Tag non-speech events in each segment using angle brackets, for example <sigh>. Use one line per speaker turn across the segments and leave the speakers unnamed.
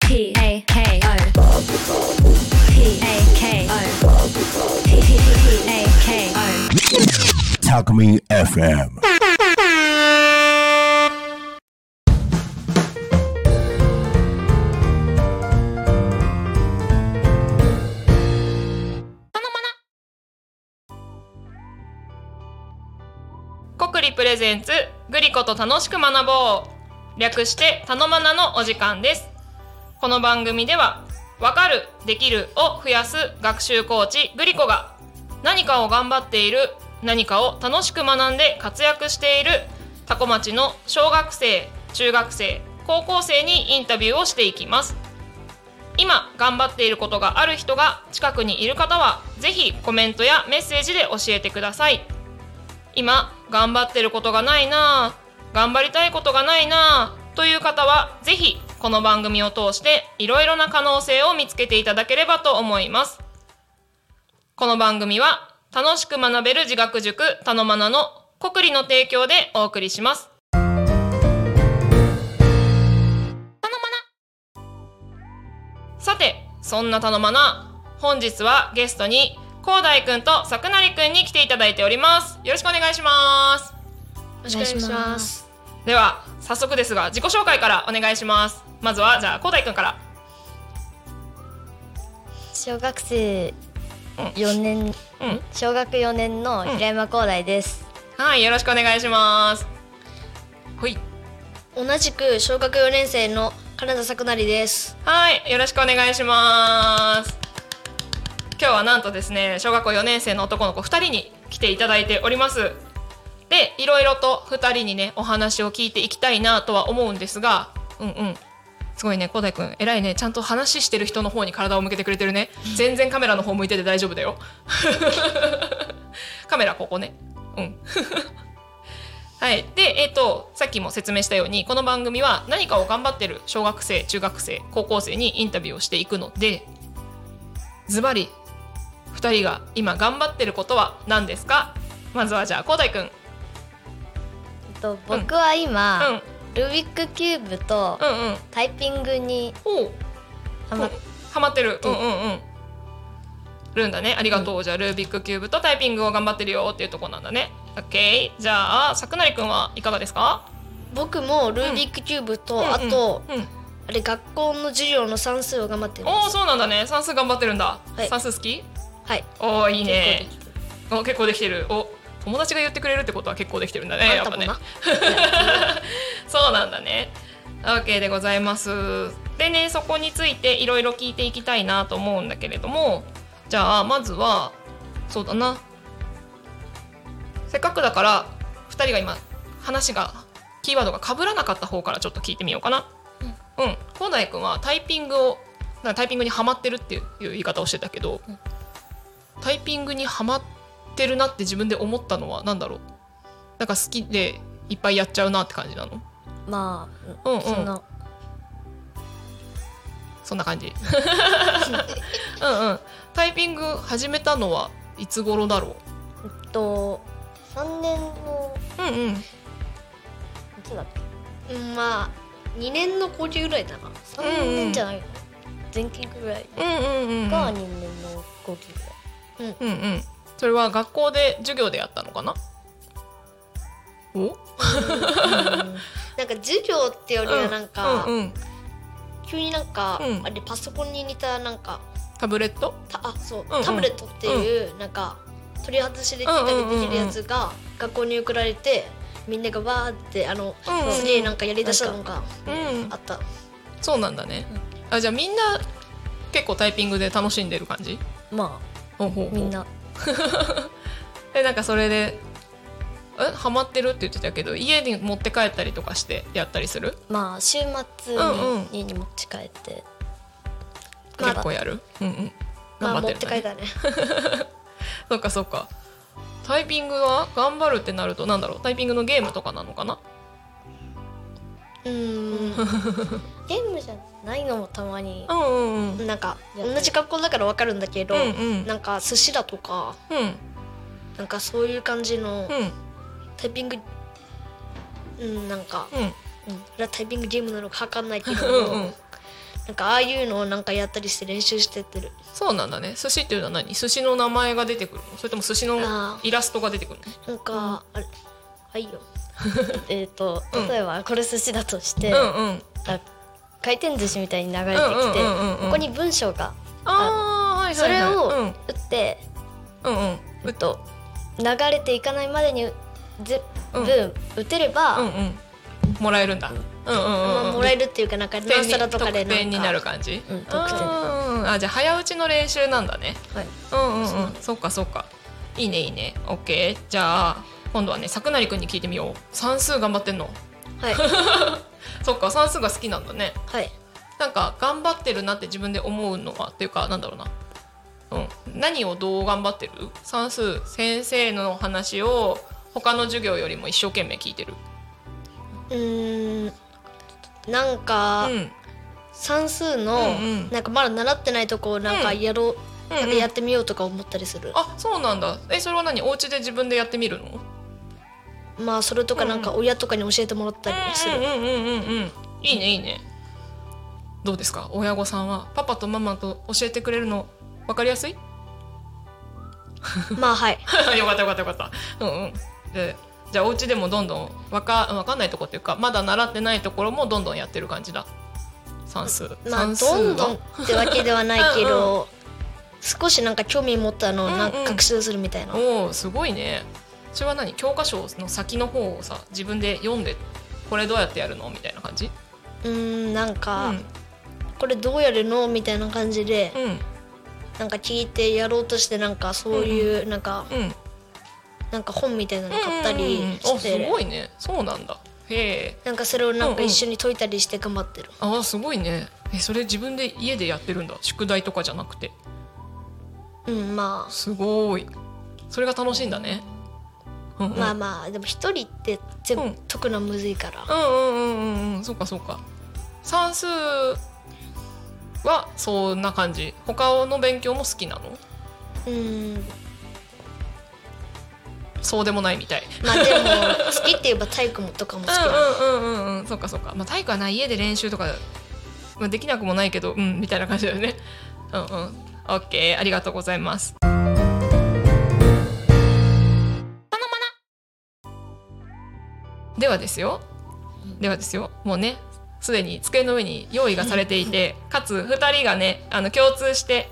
P A K O P A K O P A K O
Takumi FM.
コクリプレゼンツグリコと楽しく学ぼう略してたのまなのお時間ですこの番組ではわかるできるを増やす学習コーチグリコが何かを頑張っている何かを楽しく学んで活躍しているタコ町の小学生中学生高校生にインタビューをしていきます今頑張っていることがある人が近くにいる方はぜひコメントやメッセージで教えてください今頑張ってることがないなぁ頑張りたいことがないなぁという方はぜひこの番組を通していろいろな可能性を見つけていただければと思いますこの番組は楽しく学べる自学塾たのまなの国理の提供でお送りしますさてそんなたのまな本日はゲストに広大くんとさくなりくんに来ていただいておりますよろしくお願いします
お願いします。
では早速ですが自己紹介からお願いしますまずはじゃあ広大くんから
小学生
うん
四年、
うん
小学四年の平山光大です。
はいよろしくお願いしますほい
同じく小学四年生の金田作成です。
はいよろしくお願いします今日はなんとですね小学校4年生の男の子2人に来ていただいておりますでいろいろと2人にねお話を聞いていきたいなとは思うんですがうんうんすごいね広大くん偉いねちゃんと話してる人の方に体を向けてくれてるね全然カメラの方向いてて大丈夫だよ <laughs> カメラここねうんはいでえっ、とさっきも説明したようにこの番組は何かを頑張ってる小学生中学生高校生にインタビューをしていくのでズバリ2人が今頑張ってることは何ですかまずはじゃあ広大くん
えっと僕は今、
うん
ルービックキューブと
うんうん
タイピングに
おう
ハマっ
ハマってるうんうんうんるんだねありがとう、じゃあルービックキューブとタイピングを頑張ってるよっていうとこなんだねオッケーじゃあさくなりくんはいかがですか
僕もルービックキューブと、あと、
うんうんうん
あれ学校の授業の算数を頑張ってま
お
す
おそうなんだね算数頑張ってるんだ、
はい
算数好き
はい
おーいいねお結構できてるお友達が言ってくれるってことは結構できてるんだねやっ
あ
ぱ
んたも
ね
な
そうなんだね OK でございますでねそこについていろいろ聞いていきたいなと思うんだけれどもじゃあまずはそうだなせっかくだから2人が今話がキーワードが被らなかった方からちょっと聞いてみようかなうん広大君はタイピングをなんかタイピングにはまってるっていう言い方をしてたけど、タイピングにはまってるなって自分で思ったのは何だろうなんか好きでいっぱいやっちゃうなって感じなの
まあ、
うんうん
その
そんな感じうんうんタイピング始めたのはいつ頃だろ
えっと三年の
ううんう
い
ん
つだっけ？
うんまあ2年の後期ぐらいだな
三
うんうん
年じゃないの？前期ぐらい
うんうんうん
が二年の後期ぐらい。
うんうんそれは学校で授業でやったのかなお <laughs>
なんか授業ってよりはなんか、
うんうん、
急になんか、
うん
あれパソコンに似たなんか
タブレット
たあそ
う
う、
んうん
タブレットっていう、なんか取り外しで切ったりできるやつが学校に送られてみんながわーってあの、
うんうん
すげえなんかやりだしたのが
うん
あった、
そうなんだね、あじゃあみんな結構タイピングで楽しんでる感じ
ま
ほうほう
あ
ほう
みんな
でなんかそれでえハマってるって言ってたけど家に持って帰ったりとかしてやったりする
まあ週末に
うんうん
家に持ち帰って。まあ
結構やる、うんうん
まあ持っ
ん
て
だ
帰っ
ね
たね
そっかそっかタイピングは頑張るってなるとなんだろうタイピングのゲームとかなのかな
うーん
ゲームじゃないのもたまに
うんうんうんうん
なんか
やって
同じ学校だからわかるんだけど、
うん
なんか寿司だとか
うん
なんかそういう感じの
うん
タイピングうんなんか、
うん
うん、それはタイピングゲームなのかわかんないけど
うんうん
なんかああいうのをなんかやったりして練習してってる
そうなんだね寿司っていうのは何寿司の名前が出てくるのそれとも寿司の
あ
イラストが出てくるの
なんか、あれは
<laughs>
いよ
えっ、と
うん
例えばこれ寿司だとして、
うんうん
あ回転寿司みたいに流れてきて、
うんうんうんうんうん
ここに文章が
あーはい
そ
はい
れ
はい
を打って、
うんうんうん
えっと流れていかないまでに全
うん
部打てれば、
うんうんもらえるんだうんうんうん
ま
う
あ、
ん
もらえるっていうかなんか
得
何
点に
皿とかで
得点にな
なん
る
か
感じ
うん得点
あーあじゃあ早打ちの練習なんだね
はい
うんうんうんそうかそうかいいねいいねオッケーじゃあ今度はね作成くんに聞いてみよう算数頑張ってんの
はい
そっか算数が好きなんだね
はい
なんか頑張ってるなって自分で思うのはっていうかなんだろうな、うん、何をどう頑張ってる算数先生の話を他の授業よりも一生懸命聞いてる
うーんなんか
うん
算数
う
の
んうん
なんかまだ習ってないとこをなんか
うん
やろう
うん
なんか
うん
やってみようとか思ったりする
あそうなんだえそれは何お家で自分でやってみるの
まあそれとかなんか親とかに教えてもらったりもする
うんうんうんうんうんいいねいいねどうですか親御さんはパパとママと教えてくれるの分かりやすい <laughs> よ
まあはい
かったよかったよかったうんうんでじゃあお家でもどんどんわかわかんないとこっていうかまだ習ってないところもどんどんやってる感じだ算数
まあ
算数
どんどん
は
ってわけではないけど少しなんか興味持ったのをな
うん
ん
う
か
ん
学習するみたいな
おおすごいねそれは何教科書の先の方をさ自分で読んでこれどうやってやるのみたいな感じ
うーんなん
う
か
ん
これどうやるのみたいな感じで
うん
なんか聞いてやろうとしてなんかそういうなんか
うん
なんか本みたいなの買った
うんうんうん
り
あ
し
す
て
ごいねそうなんだへえ
なんかそれをなん
うん
か
うん
一緒に解いたりして頑張ってる
あすごいねえそれ自分で家でやってるんだ宿題とかじゃなくて
うんます
ごいそれが楽しいんだねうんう
あ
ん
まあまあでも一人って全
う
部
ん
解くのはむずいから
うんうんうんうんうんそうかそうか算数はそんな感じ他の勉強も好きなの
うん
そうでもないみたい
まあで
<laughs>
も好きって言えば体育もとかも好きだ
うんうんうんうんうんそうかそうかまあ体育はな家で練習とか、まあ、できなくもないけどうんみたいな感じだよねうんうん OK ありがとうございますではですよではですよもうねすでに机の上に用意がされてい <laughs> てかつ2人がねあの共通して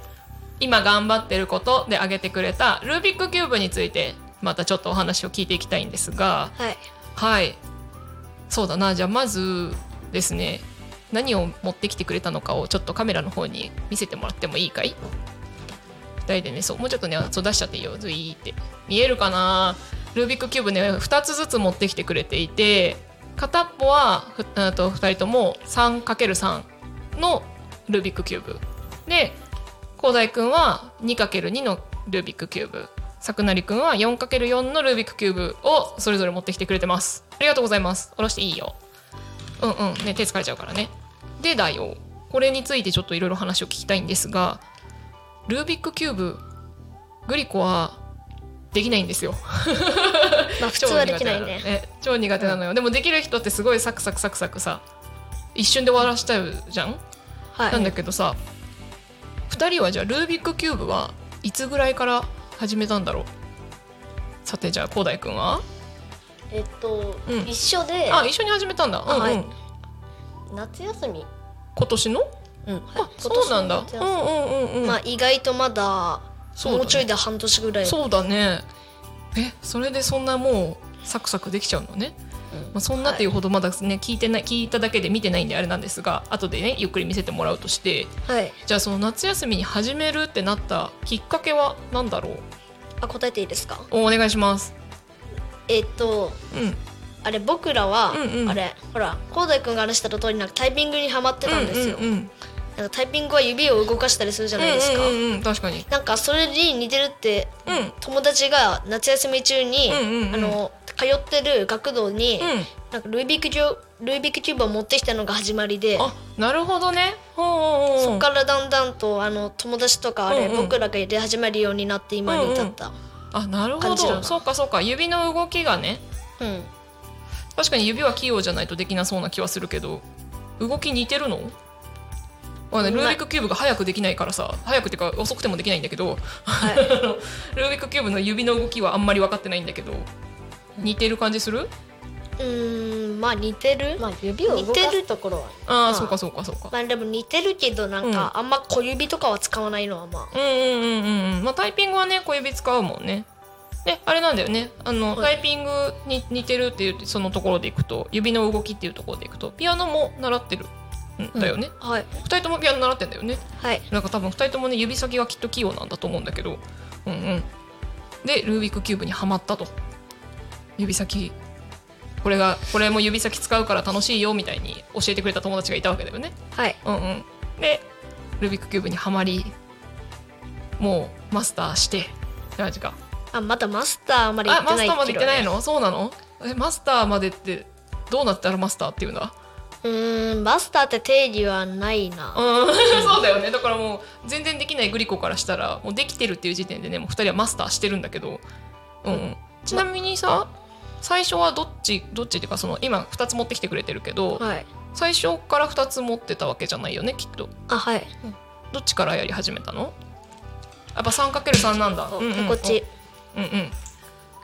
今頑張ってることで挙げてくれたルービックキューブについてまたちょっとお話を聞いていきたいんですが、
はい
はい。そうだな。じゃあまずですね、何を持ってきてくれたのかをちょっとカメラの方に見せてもらってもいいかい？二人でね、そうもうちょっとね、そう出しちゃっていいよ。ずいーって見えるかな？ルービックキューブね、二つずつ持ってきてくれていて、片っぽはふあと二人とも3 ×三のルービックキューブで、広大くんは2 ×二のルービックキューブ作成くんは 4×4 のルービックキューブをそれぞれ持ってきてくれてますありがとうございます下ろしていいようんうんね手疲れちゃうからねでだよこれについてちょっといろいろ話を聞きたいんですがルービックキューブグリコはできないんですよ
まあ普通はできないね
ね超苦手なのよ、でもできる人ってすごいサクサクサクサクさ一瞬で終わらしちゃうじゃん、
はい
なんだけどさ2人はじゃあルービックキューブはいつぐらいから始めたんだろうさてじゃあ広大くんは
えっと、
うん
一緒で
あ一緒に始めたんだ、うんうん
はい夏休み、
今年の、
うん、
あそうなんだ
今年の夏休み
うんうんうんうん
まあ意外とまだ
そうだね
もうちょいで半年ぐらい
そうだねえそれでそんなもうサクサクできちゃうのね、
うん
まあ、そんなっていうほどまだね、聞いてない聞いただけで見てないんであれなんですが後でねゆっくり見せてもらうとして
はい
じゃあその夏休みに始めるってなったきっかけは何だろう
あ答えていいですか
おお願いします、
えっと
うん、
あれ僕らは
うんうん
あれほらこうだいくんが話した通りなんかタイピングにはまってたんですよ
うんうんうん
なんかタイピングは指を動かしたりするじゃないですか
うんうんうん、確かに。
なんかそれに似てるって
うん。うん
友達が夏休み中に、
うんうんうん
あの通ってる学童に、なんかルービックキュルービックキューブを持ってきたのが始まりで
あ、なるほどね。ほうほうほう
そこからだんだんとあの友達とかあれ、
うんうん
僕らが出始めるようになって今に至った、
あ、なるほ
感じだ
ど。
な
そうかそうか。指の動きがね。
うん
確かに指は器用じゃないとできなそうな気はするけど、動き似てるの？まあね、
う
ル
まい
ービックキューブが早くできないからさ早くっていうか遅くてもできないんだけど、 <laughs> ルービックキューブの指の動きはあんまり分かってないんだけど似てる感じする
うーんまあ似てる
まあ指を動か
似て
す
る
ところは
あ
ま
あ
あ
そうかそうかそうか
まあでも似てるけどなんか、あんま小指とかは使わないのはまあ
うんうんうんうんうんまあタイピングはね小指使うもんねであれなんだよねあの、
は
タイピングに似てるっていうそのところでいくと指の動きっていうところでいくとピアノも習ってるんだよね、
はい
二人ともピアノ習ってんだよね
はい
なんか多分2人ともね指先がきっと器用なんだと思うんだけどうんうんでルービックキューブにはまったと指先これがこれも指先使うから楽しいよみたいに教えてくれた友達がいたわけだよね
はい
うんうんでルービックキューブにはまりもうマスターしてって感じか
あまだマスターまで行
あ
ってな
マ
い
スターまで行ってない
の
のそうなのえマスターまでってどうなったらマスターっていうんだ
うーんマスターって定義はないな
うん <laughs> そうだよねだからもう全然できないグリコからしたらもうできてるっていう時点でねもう2人はマスターしてるんだけど、うんうんちなみにさ最初はどっちどっちっていうかその今2つ持ってきてくれてるけど、
はい
最初から2つ持ってたわけじゃないよねきっと
あはい
どっちからやり始めたのやっぱ 3×3 なんだ、
こ
うんうん
こっち
うんうん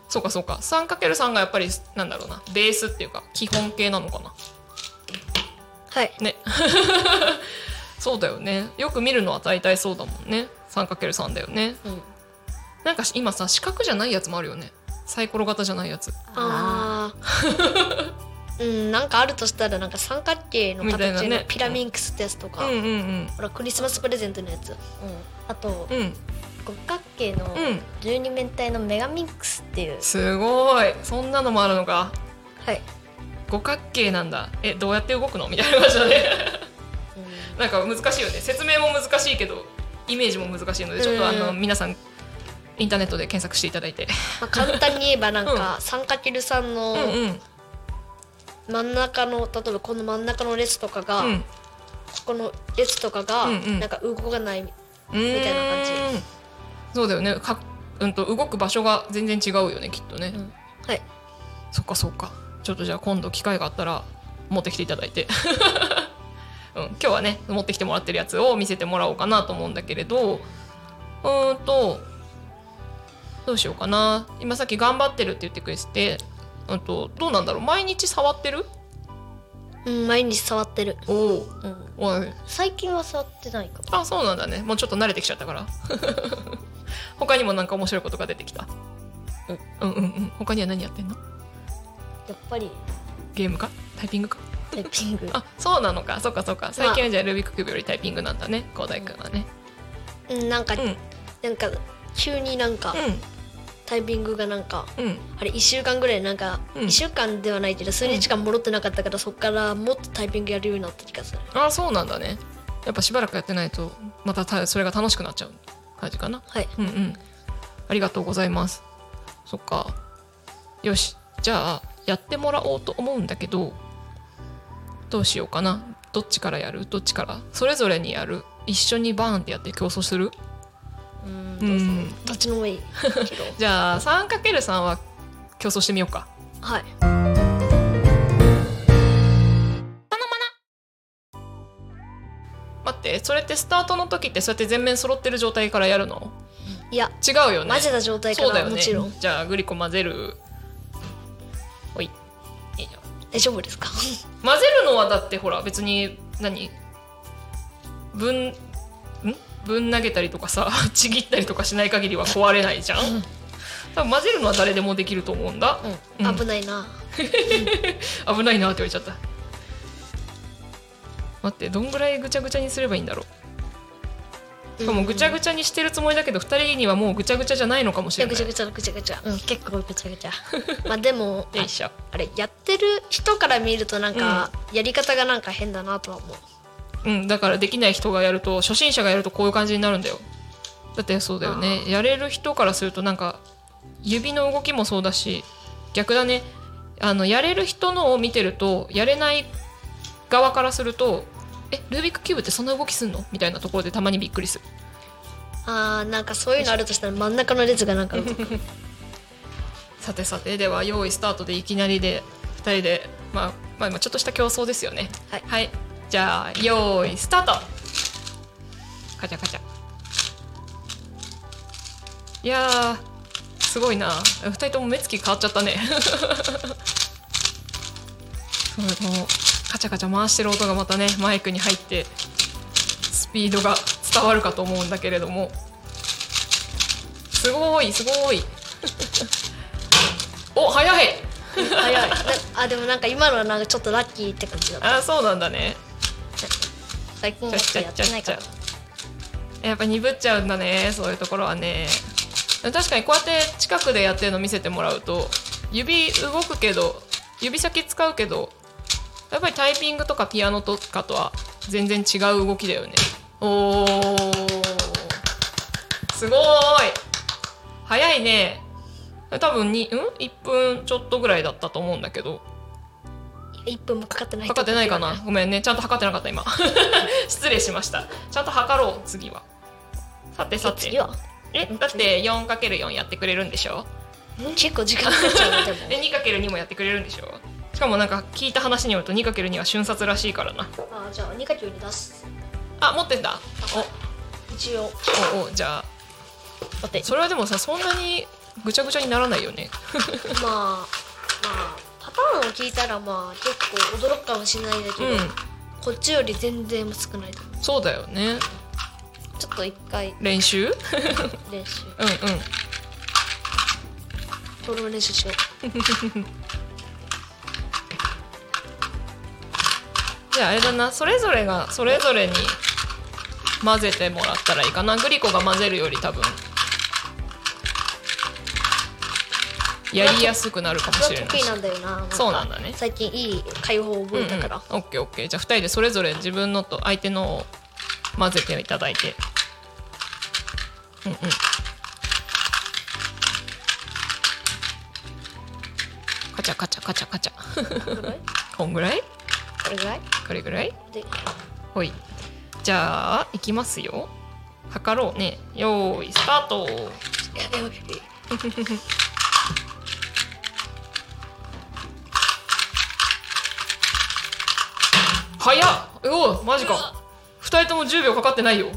そうかそうか 3×3 がやっぱりなんだろうなベースっていうか基本形なのかな
はい
ねそうだよねよく見るのは大体そうだもんね 3×3 だよね、
うん
なんか今さ四角じゃないやつもあるよねサイコロ型じゃないやつ
あ
<laughs>
ーうんなんかあるとしたらなんか三角形の
みたいな
形の
ね
ピラミンクスですと
うん
か、
うんうん
ほらクリスマスプレゼントのやつ
あと
うん
五角形の
うん
十二面体のメガミックスっていう、
すごいそんなのもあるのか
はい
五角形なんだえどうやって動くのみたいな感じだね <laughs> なんか難しいよね説明も難しいけどイメージも難しいのでちょっとあの
うん
皆さんインターネットで検索していただいて
まあ、簡単に言えばなんか 3×3
うん
の
うん
真ん中の例えばこの真ん中の列とかが、
うん
ここの列とかが
うんうん
なんか動かない、
み
たいな感じ
そうだよねか、うん、と動く場所が全然違うよねきっとね、
うんはい
そっかそっかちょっとじゃあ今度機会があったら持ってきていただいて、 <laughs> うん、今日はね持ってきてもらってるやつを見せてもらおうかなと思うんだけれどうーんとどうしようかな今さっき頑張ってるって言ってくれてて、うん、とどうなんだろう毎日触ってる
うん、毎日触ってる
おお
うん、
おい
最近は触ってないかも
あそうなんだねもうちょっと慣れてきちゃったから <laughs> 他にもなんか面白いことが出てきた、うん、うんうん他には何やってんの
やっぱり
ゲームかタイピングか
タイピング
<laughs> あそうなのかそうかそうか最近はじゃあルービックキューブよりタイピングなんだね広大くんはね
うんなんか、
うん
なんか急になんかタイミングがなんか
うんうん
あれ1週間ぐらいなんか
うん
1週間ではないけど数日間戻ってなかったからそっからもっとタイピングやるようになった気がする
あそうなんだねやっぱしばらくやってないとまたたそれが楽しくなっちゃう感じかな
はい
うんうんありがとうございますそっかよしじゃあやってもらおうと思うんだけどどうしようかなどっちからやるどっちからそれぞれにやる一緒にバーンってやって競争する
うん
う
どうぞ
ん
どっちのもいいけど
じゃあ 3×3 は競争してみようか
はい
待ってそれってスタートの時ってそうやって全面揃ってる状態からやるの
いや
違うよね
混ぜた状態か
そうだ
ら、
よね
もちろん
じゃあグリコ混ぜるおいいいよ
大丈夫ですか
混ぜるのはだってほら別に何ぶんんぶん投げたりとかさ <laughs> ちぎったりとかしない限りは壊れないじゃん多分混ぜるのは誰でもできると思うんだ、うん
危ないな
危ないなって言われちゃった待ってどんぐらいぐちゃぐちゃにすればいいんだろうしかもぐちゃぐちゃにしてるつもりだけど2人にはもうぐちゃぐちゃじゃないのかもしれ
で
な
ぐ
い
ちゃぐちゃぐちゃぐち
う
ゃ
ん、結構ぐちゃ
<laughs>
ぐちゃ
まあでも
よいしょ
あれやってる人から見るとなんか、やり方がなんか変だなとは思う
うん、だからできない人がやると初心者がやるとこういう感じになるんだよだってそうだよねやれる人からするとなんか指の動きもそうだし逆だねあのやれる人のを見てるとやれない側からすると「えルービックキューブってそんな動きすんの?」みたいなところでたまにびっくりする
あーなんかそういうのあるとしたら真ん中の列がなんか動く
さてさてでは用意スタートでいきなりで2人で、まあ、まあ今ちょっとした競争ですよね
はい
じゃあ用意スタートカチャカチャいやーすごいな2人とも目つき変わっちゃったね <laughs> そうこのカチャカチャ回してる音がまたねマイクに入ってスピードが伝わるかと思うんだけれどもすごいすごいお早い
早いなあでもなんか今のはなんかちょっとラッキーって感じだった
あそうなんだね
最近
ちゃ
やっ
っち
て
ゃ
や
っ
っ
ちゃ
てな
っ
い
ち
か
ゃ
ら
やっぱ鈍っちゃうんだねそういうところはね確かにこうやって近くでやってるの見せてもらうと指動くけど指先使うけどやっぱりタイピングとかピアノとかとは全然違う動きだよねおーすごーい早いね多分にうん1分ちょっとぐらいだったと思うんだけど
1分もかかってない
測ってないかなごめんねちゃんと測ってなかった今 <laughs> 失礼しましたちゃんと測ろう次はさてさて
次は
えだって 4×4 やってくれるんでしょ
結構時間かかっちゃうのでも
で 2×2 もやってくれるんでしょしかもなんか聞いた話によると 2×2 は瞬殺らしいからな
あじゃあ2かきゅに出す
あ持ってんだ
一応
おおおじゃあ
待って
それはでもさそんなにぐちゃぐちゃにならないよね
まあまあパターンを聞いたらまあ結構驚くかもしれないんだけ
う
ど、
ん
こっちより全然少ないと思
そうだよね
うちょっと一回
練 <laughs> 習うんうん
練習トロ練習しよ
じゃああれだなそれぞれがそれぞれに混ぜてもらったらいいかなグリコが混ぜるより多分やりやすくなるかも
うそ
し
れ
れ
は
な
得
い
意
し
なんだよななんか
そうなんだね
最近いい解放を覚えたから、
うんうん、オッケーオッケーじゃあ2人でそれぞれ自分のと相手のを混ぜていただいてうんうんカチャカチャカチャカチャ
これぐらい
<laughs> こんぐらい
これぐらい
これぐらい
で
ほいじゃあいきますよ測ろうねよーいスタート
やばいやばい
早っおおマジか2人とも10秒かかってないよ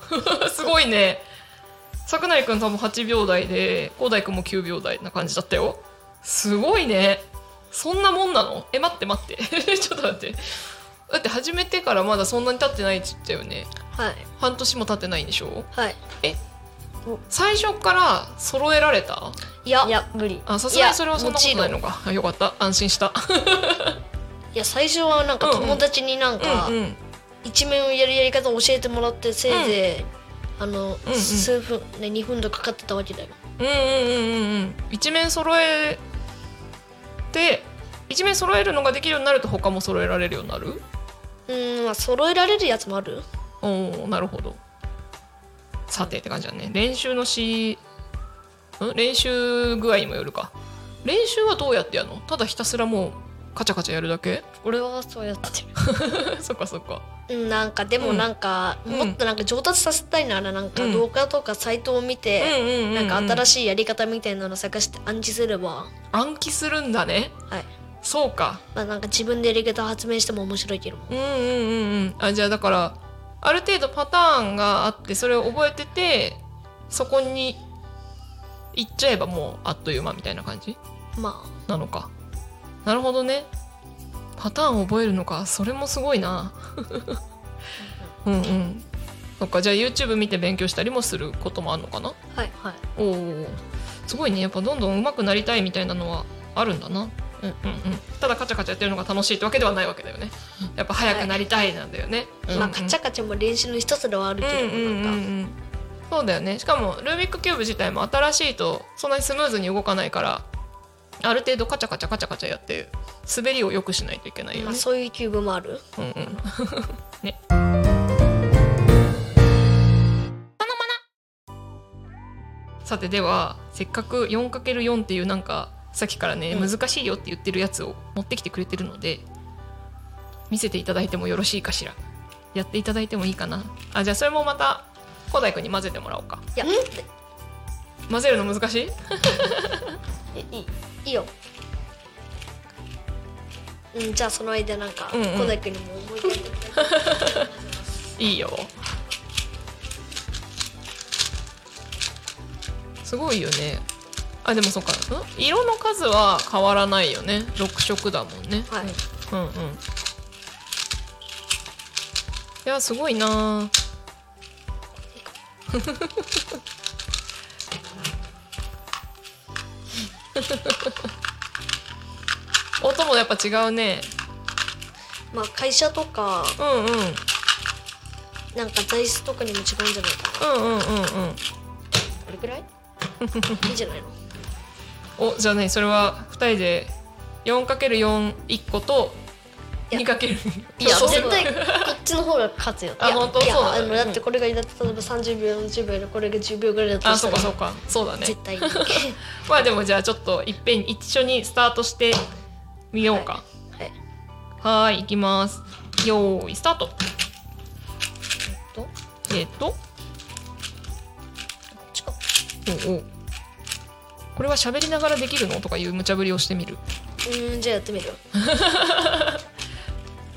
<laughs> すごいね桜井くん多分8秒台で高大くんも9秒台な感じだったよすごいねそんなもんなのえ待って待って <laughs> ちょっと待ってだって始めてからまだそんなに経ってないって言ったよね
はい
半年も経ってないんでしょ
はい
最初から揃えられた
いや
いや無理
あさすがにそれはそんなことないのかあよかった安心した
いや最初はなんか
うんうん
友達になんか
うんうん
一面をやるやり方を教えてもらってせいぜい、あの、
うん
数分ね2分とかかってたわけだよ
うんうんうんうんうん一面揃えて一面揃えるのができるようになると他も揃えられるようになる
うーんまあ揃えられるやつもある
おおなるほどさてって感じだね練習のしん練習具合にもよるか練習はどうやってやるのただひたすらもうカチャカチャやるだけ <laughs>
俺はそうやって
そっかそっか
うんなんかでもなんか、
うん
もっとなんか上達させたいならなん
う
か
ん
動画とかサイトを見て、
な
なんか新
しい
しいやり方みたいなの探して暗示すれば
暗記するんだね
はい
そうか
まあなんか自分でやり方発明しても面白いけども
うんうんうんうんあじゃあだからある程度パターンがあってそれを覚えててそこに行っちゃえばもうあっという間みたいな感じ
ま
なのかなるほどねパターンを覚えるのかそれもすごいなうんうんそっかじゃあ YouTube 見て勉強したりもすることもあるのかな
あはいはい
おおすごいねやっぱどんどん上手くなりたいみたいなのはあるんだなうんうんうんただカチャカチャやってるのが楽しいってわけではないわけだよねやっぱ早くなりたいなんだよね、うんうん
まあカチャカチャも練習の一つではあるけ
う
ど
んうんうんう
なんか
んそうだよねしかもルービックキューブ自体も新しいとそんなにスムーズに動かないからある程度カチャカチャカチャカチャやって滑りを良くしないといけないよ
まあ
ね、
そういうキューブもある
うん <laughs> うん、ねさてではせっかく 4×4 っていうなんかさっきからね、
うん
難しいよって言ってるやつを持ってきてくれてるので見せていただいてもよろしいかしらやっていただいてもいいかなあじゃあそれもまた古代くんに混ぜてもらおうか
いや
混ぜるの難しい
えいいいいようんじゃあその間なんか
うんうん
小田君にも思い出して
いいよすごいよねあでもそうかん色の数は変わらないよね6色だもんね
はい
うんうんいやすごいな <laughs> あ音もやっぱ違うね
まあ会社とか
うんうん
なんか材質とかにも違うんじゃないかな
うんうんうんうん
これくらいいいんじゃないの
おじゃあねそれは2人で 4×41 個と
いや
2×2
いや
そう
絶対こっちの方が勝つよ
あ本当
いや
そうだ
あ
ね
のだってこれがだって例えば30秒40秒でこれが10秒ぐらいだ
<laughs>
と
あ
し
そ
た
う
ら
かそうかそうだね
絶
<laughs>
対に
まあでもじゃあちょっといっぺんに一緒にスタートしてみようか
は
は
い
ーい行きますよーいスタート
と
えっと
ちか
おうおうこれは喋りながらできるのとかいう無茶ぶりをしてみる
うーんじゃあやって
<laughs>
みるわ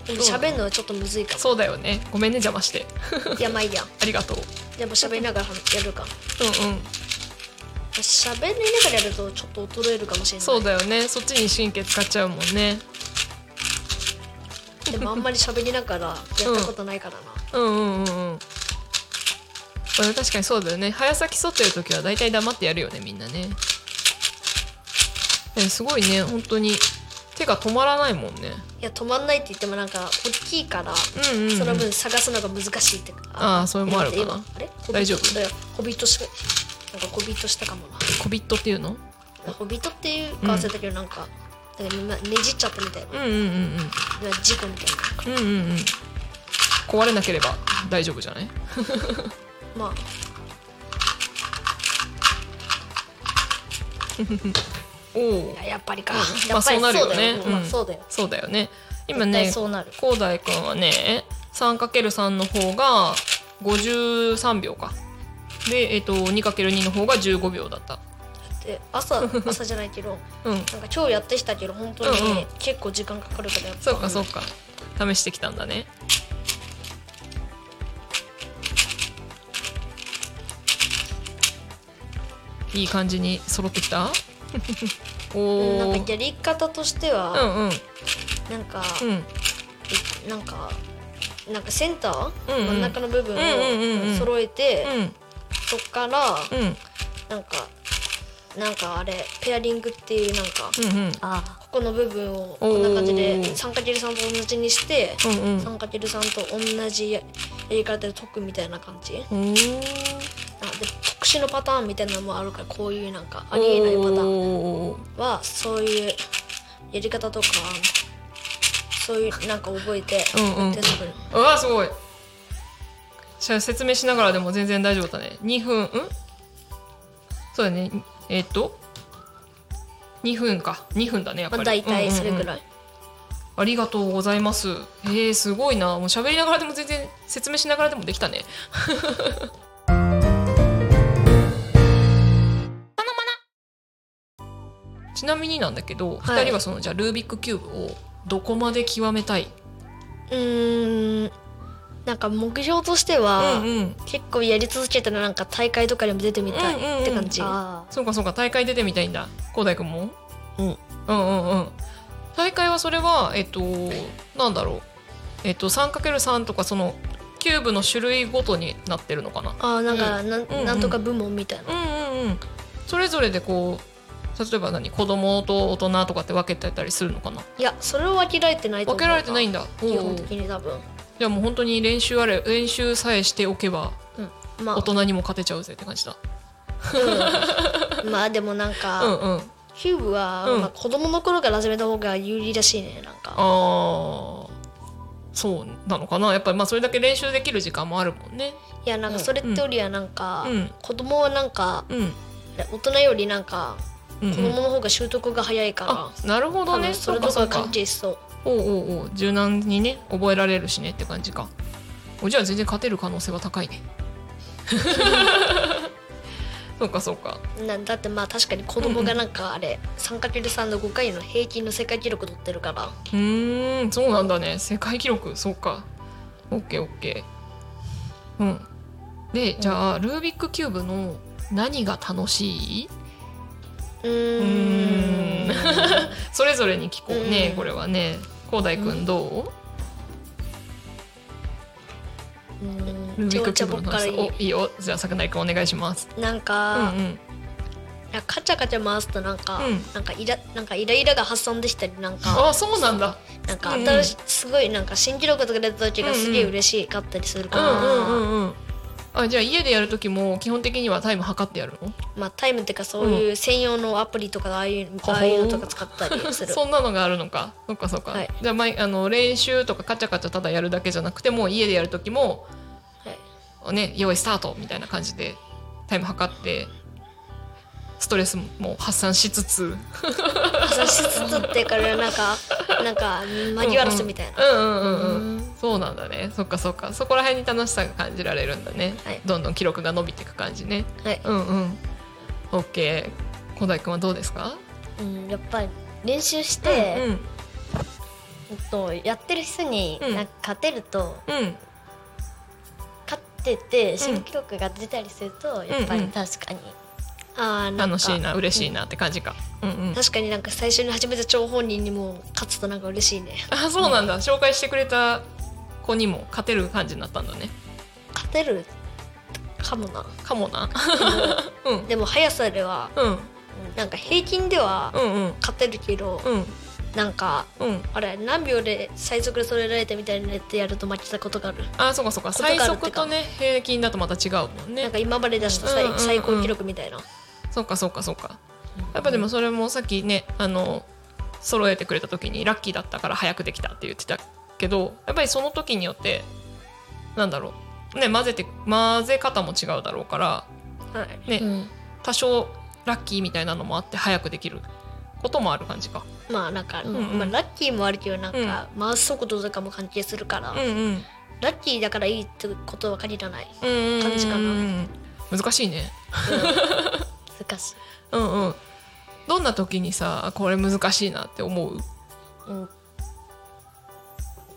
でも喋るのはちょっとむずいか
そうだよねごめんね邪魔して
もいやまあいいや
ありがとう
でも喋りながらやるか
うんうん
喋りながらやるとちょっと衰えるかもしれない
そうだよねそっちに神経使っちゃうもんね
でもあんまり喋りながらやったことないから
うん
な、
うんうんうんまあ確かにそうだよね早咲き沿ってる時は大体黙ってやるよねみんなねえすごいね本当に手が止まらないもんね
いや止まんないって言ってもなんか大きいから、
うんうんうん
その分探すのが難しいって
あーそれもあるかな
今あれ
大丈夫
ホビットだよホビットしなんかホビットしたかも
小ビットっていうの
なホビットっていうか忘れたけどなんか,、なんか今ねじっちゃったみたいな
うんうんうん
今事故みたい
う
な
んうんうんうん壊れなければ大丈夫じゃない
ま
おお
あやっぱりか、
ん
やっぱり
まあそうなるよね
そうだよ、まあ
うん
そうだよ
そうだよね今
絶対
ね
そうなる
広大くんはね 3×3 の方が53秒かで、えっと 2×2 の方が15秒だった
で
<laughs>
朝朝じゃないけど
うん
なんか今日やってきたけど本当に、
うんうん
結構時間かかるからやっぱ
そうかそうか試してきたんだねいい感じに揃ってき
<laughs>
たお
うんなん
お
かやり方として
う
は、
んうん
なんか、
うん
なんかなんかセンター、
うんうん
真ん中の部分
うんうんうんうん
を揃えて、
うん
そっから
うん
なんかなんかあれペアリングっていうなんか、
うんうん
あ
ここの部分をこんな感じ
お
で
ー
3×3 と同じにして、
うんうん
3×3 と同じやり方で解くみたいな感じ
おー
あで特殊のパターンみたいなのもあるからこういうなんかありえないパターン
おー
はそういうやり方とかそういうなんか覚えて
うんうん
やってすぐに
うわすごいじゃあ説明しながらでも全然大丈夫だね2分んそうだねえっと2分か2分だねやっぱ
まあ
り
大体それぐ
い
らい。
ありがとうございます。えー、すごいな。もう喋りながらでも全然説明しながらでもできたね。 <laughs> ちなみになんだけど、二
はい
人はそのじゃあルービックキューブをどこまで極めたいう
ーんなんか目標として
うん
は、
うん。
結構やり続けたらなんか大会とかにも出てみた
うんうんうん
いって感じ、
ああ
そうかそうか大会出てみたいんだ。高大君も？
うん
うんうんうん。大会はそれはえっとなんだろう。えっと三かける三とかそのキューブの種類ごとになってるのかな。
あーなんかなん,、
うんうん
なんとか部門みたいな、
うんうんうんそれぞれでこう例えば何子供と大人とかって分けてたりするのかない
やそれは分けられてない
分
と思う
けられてないん
だ
だお
基
うお
本
う
的に多分
じゃあもう本当に練習あれ練習さえしておけば
まあ、
大人にも勝てちゃうぜって感じだ
うんまあでもなんか、
うんうん
キューブは、
うん
まあ、子供の頃から始めた方が有利らしいねなんか
あーそうなのかなやっぱりまあそれだけ練習できる時間もあるもんね
いやなんかそれってよりはなんか、
うん
子供はなんか
うん
大人よりなんか
うんう
子供
ん
の方が習得が早いから、
あなるほど
多
ね
分そ
そう
れ
か
と
そ
か
うか
関係しそう
おうおうおう柔軟にね覚えられるしねって感じかおじゃあ全然勝てる可能性は高い <laughs> ねそうかそうか
なだってまあ確かに子供がなんかあれ 3×3 の5回の平均の世界記録取ってるから
うーんそうなんだね世界記録そうか OKOK うんでじゃあルービックキューブの何が楽しいうう
ー
ー
ん
ん <laughs> それぞれに聞こうね
うん
これはね広大くんどう、
うん
ルービックキ
ちゃ
ュー
ぼ
ブ
っ
の
か
話お
り
いいよじゃあ桜井くんお願いします
なん
うんう
か、
ん
なんかカチャカチャ回すとなんか、
うん
なんかイラなんかイライラが発散でしたりなんか
あそうなんだ
なんか
うんうん
新し、すごいなんか新記録とか出た時がすげえ
うんうん
嬉しかったりする
う
か
ん
ら、
うんうんうんあじゃあ家でやる時も基本的にはタイム測ってやるの
まあタイムっていうかそういう専用のアプリとかああいうああいうのとか使ったりす
<laughs>
る。
そんなのがあるのかそっかそっか、
はい
じゃあ毎あの練習とかカチャカチャただやるだけじゃなくてもう家でやる時も、ね用意スタートみたいな感じでタイム測ってストレスも発散しつつ
雑誌つつってからなんかなんか紛わらすみたいな。
うんうんうんうん、そうなんだねそっかそっかそこら辺に楽しさが感じられるんだね、
はい
どんどん記録が伸びていく感じね
はい
うんうん OK 小田井くんはどうですか
うん、やっぱり練習して、
うん
えっと、やってる人に
うん
なんか勝てると、
うん
勝ってて新記録が出たりすると、やっぱり確かに、
ああなん
楽
か
しいな嬉しいなって感じか、うんうん、
確かになんか最初に始めた張本人にも勝つとなんか嬉しいね。
あそうなんだ、紹介してくれた子にも勝てる感じになったんだね
勝てるかも
<laughs>
な。
かも
<laughs>
なうん
でも速さでは
うん
なんか平均では
うんうん
勝てるけど、
うん
なんか
うん
あれ何秒で最速でそれられたみたいなやってやると負けたことがある。
あそうかそうか
ことがあ
最
るってか
速とね平均だとまた違うもん
な
ね
んか今まで出した最,、
うんうんうん
最高記録みたいな。
そうかそうかそうかやっぱでもそれもさっきねあの揃えてくれた時にラッキーだったから早くできたって言ってたけどやっぱりその時によってなんだろうね混ぜて混ぜ方も違うだろうから
はい。
ね、
ん
多少ラッキーみたいなのもあって早くできることもある感じか。
まあなんか、
んうん
まあ、ラッキーもあるけどなんか回す速度とかも関係するから、
うんうん
ラッキーだからいいってことは限ら
<laughs>
ない。
感
感じかな
難しいね
難しい、
うんうんどんな時にさこれ難しいなって思う
うん、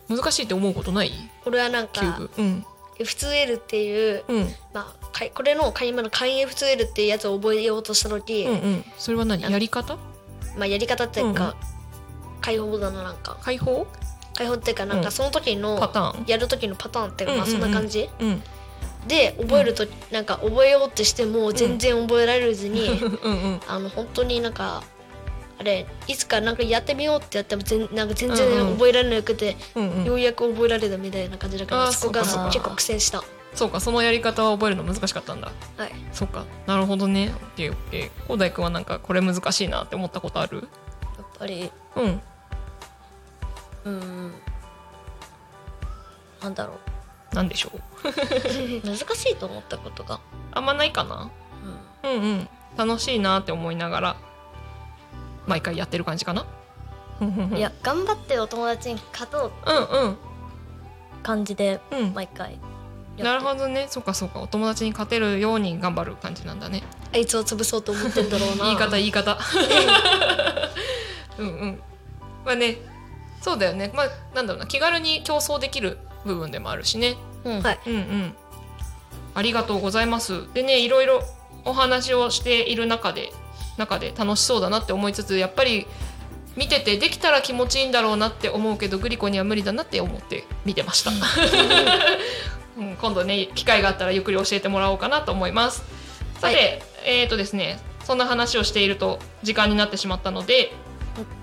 難しいって思うことない
これはなん
キュー
か
ブうん
普通 L っていう、
うん
まあかいこれの買い物簡易 F2L っていうやつを覚えようとした時、
うんうんそれは何やり方
まあやり方っていうか、解放だななんか
解放
解放っていうかなん
う
か
ん
その時の、
パターン
やる時のパターンっていうか、まあ
うんう
そ
ん
ん
うん
な感じ、
うん
で覚えると、なんか覚えようとしても全然覚えられずに、
<laughs> うんうん
あの本当になんかあれいつかなんかやってみようってやっても全なんか全然
うんうん
覚えられなくて、
うんう
よ
ん
うやく覚えられたみたいな感じだか
あー
らそこが
そう
そ
か
結構苦戦した。は
そうかそのやり方を覚えるの難しかったんだ
い、
そうかなるほどね OKOK 広大くんはなんかこれ難しいなって思ったことある
やっぱり
うん
うんなんだろ
なんでしょう
う難しいと思ったことが、
あんまないかな
う
うんうん楽しいなって思いながら毎回やってる感じかな
ん、いや頑張ってお友達に勝とう
うんうん
感じで
うん
毎回
なるほどねそうかそうかお友達に勝てるように頑張る感じなんだね
あいつを潰そうと思ってんだろうな
<laughs> 言い方言い方うんうんまあねそうだよねまあなんだろうな気軽に競争できる部分でもあるしね
ど、うん
はい
うんうんありがとうございますでねいろいろお話をしている中で中で楽しそうだなって思いつつやっぱり見ててできたら気持ちいいんだろうなって思うけどグリコには無理だなって思って見てました、うん、 <laughs> 今度ね機会があったらゆっくり教えてもらおうかなと思いますさて、
は
えっ、とですねそんな話をしていると時間になってしまったので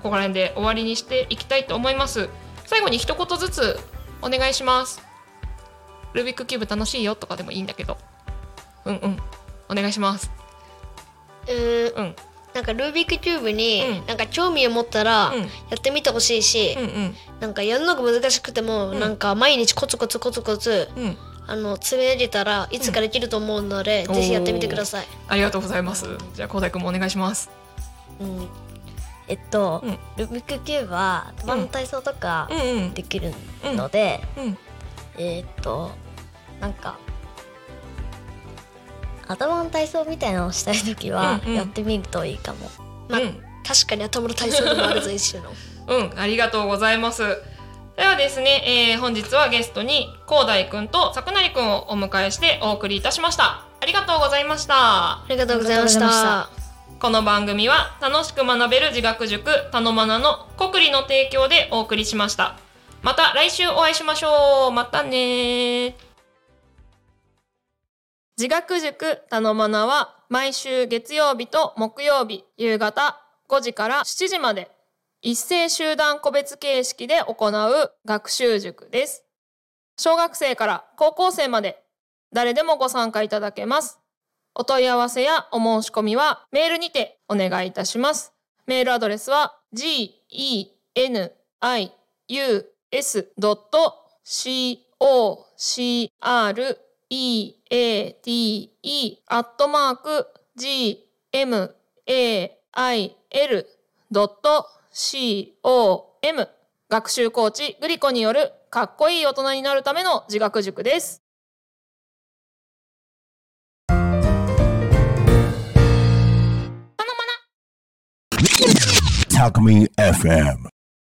ここら辺で終わりにしていきたいと思います最後に一言ずつお願いしますルービックキューブ楽しいよとかでもいいんだけどうんうんお願いします
うーん
うん
なんかルービックキューブ
う
に
ん
なんか興味を持ったら
うん
やってみてほしいし、
うん
なんかやるのが難しくても、
ん
なんか毎日コツコツコツコツ
うんうん
あの積み上げたらいつかできると思うので、
うん
ぜひやってみてください。
ありがとうございますじゃあ光大くんもお願いします
うんえっと、
うん
ルービックキューブは球の体操とか
うんうん
できるので、
うん
えーっとなんか頭の体操みたいなのをしたい時は
うんうん
やってみるといいかも、
ま
うん
確かに頭の体操でもあるぞ一
<laughs>
種の。
うん、ありがとうございます。ではですね、えー本日はゲストに広大くんと桜成くんをお迎えしてお送りいたしました。ありがとうございました
ありがとうございました。
この番組は楽しく学べる自学塾たのまなの国理の提供でお送りしましたまた来週お会いしましょうまたねー自学塾たのまなは毎週月曜日と木曜日夕方5時から7時まで一斉集団個別形式で行う学習塾です小学生から高校生まで誰でもご参加いただけますお問い合わせやお申し込みはメールにてお願いいたします。メールアドレスは genius.create.gmail.com 学習コーチグリコによるかっこいい大人になるための自学塾です。
Talk Me FM.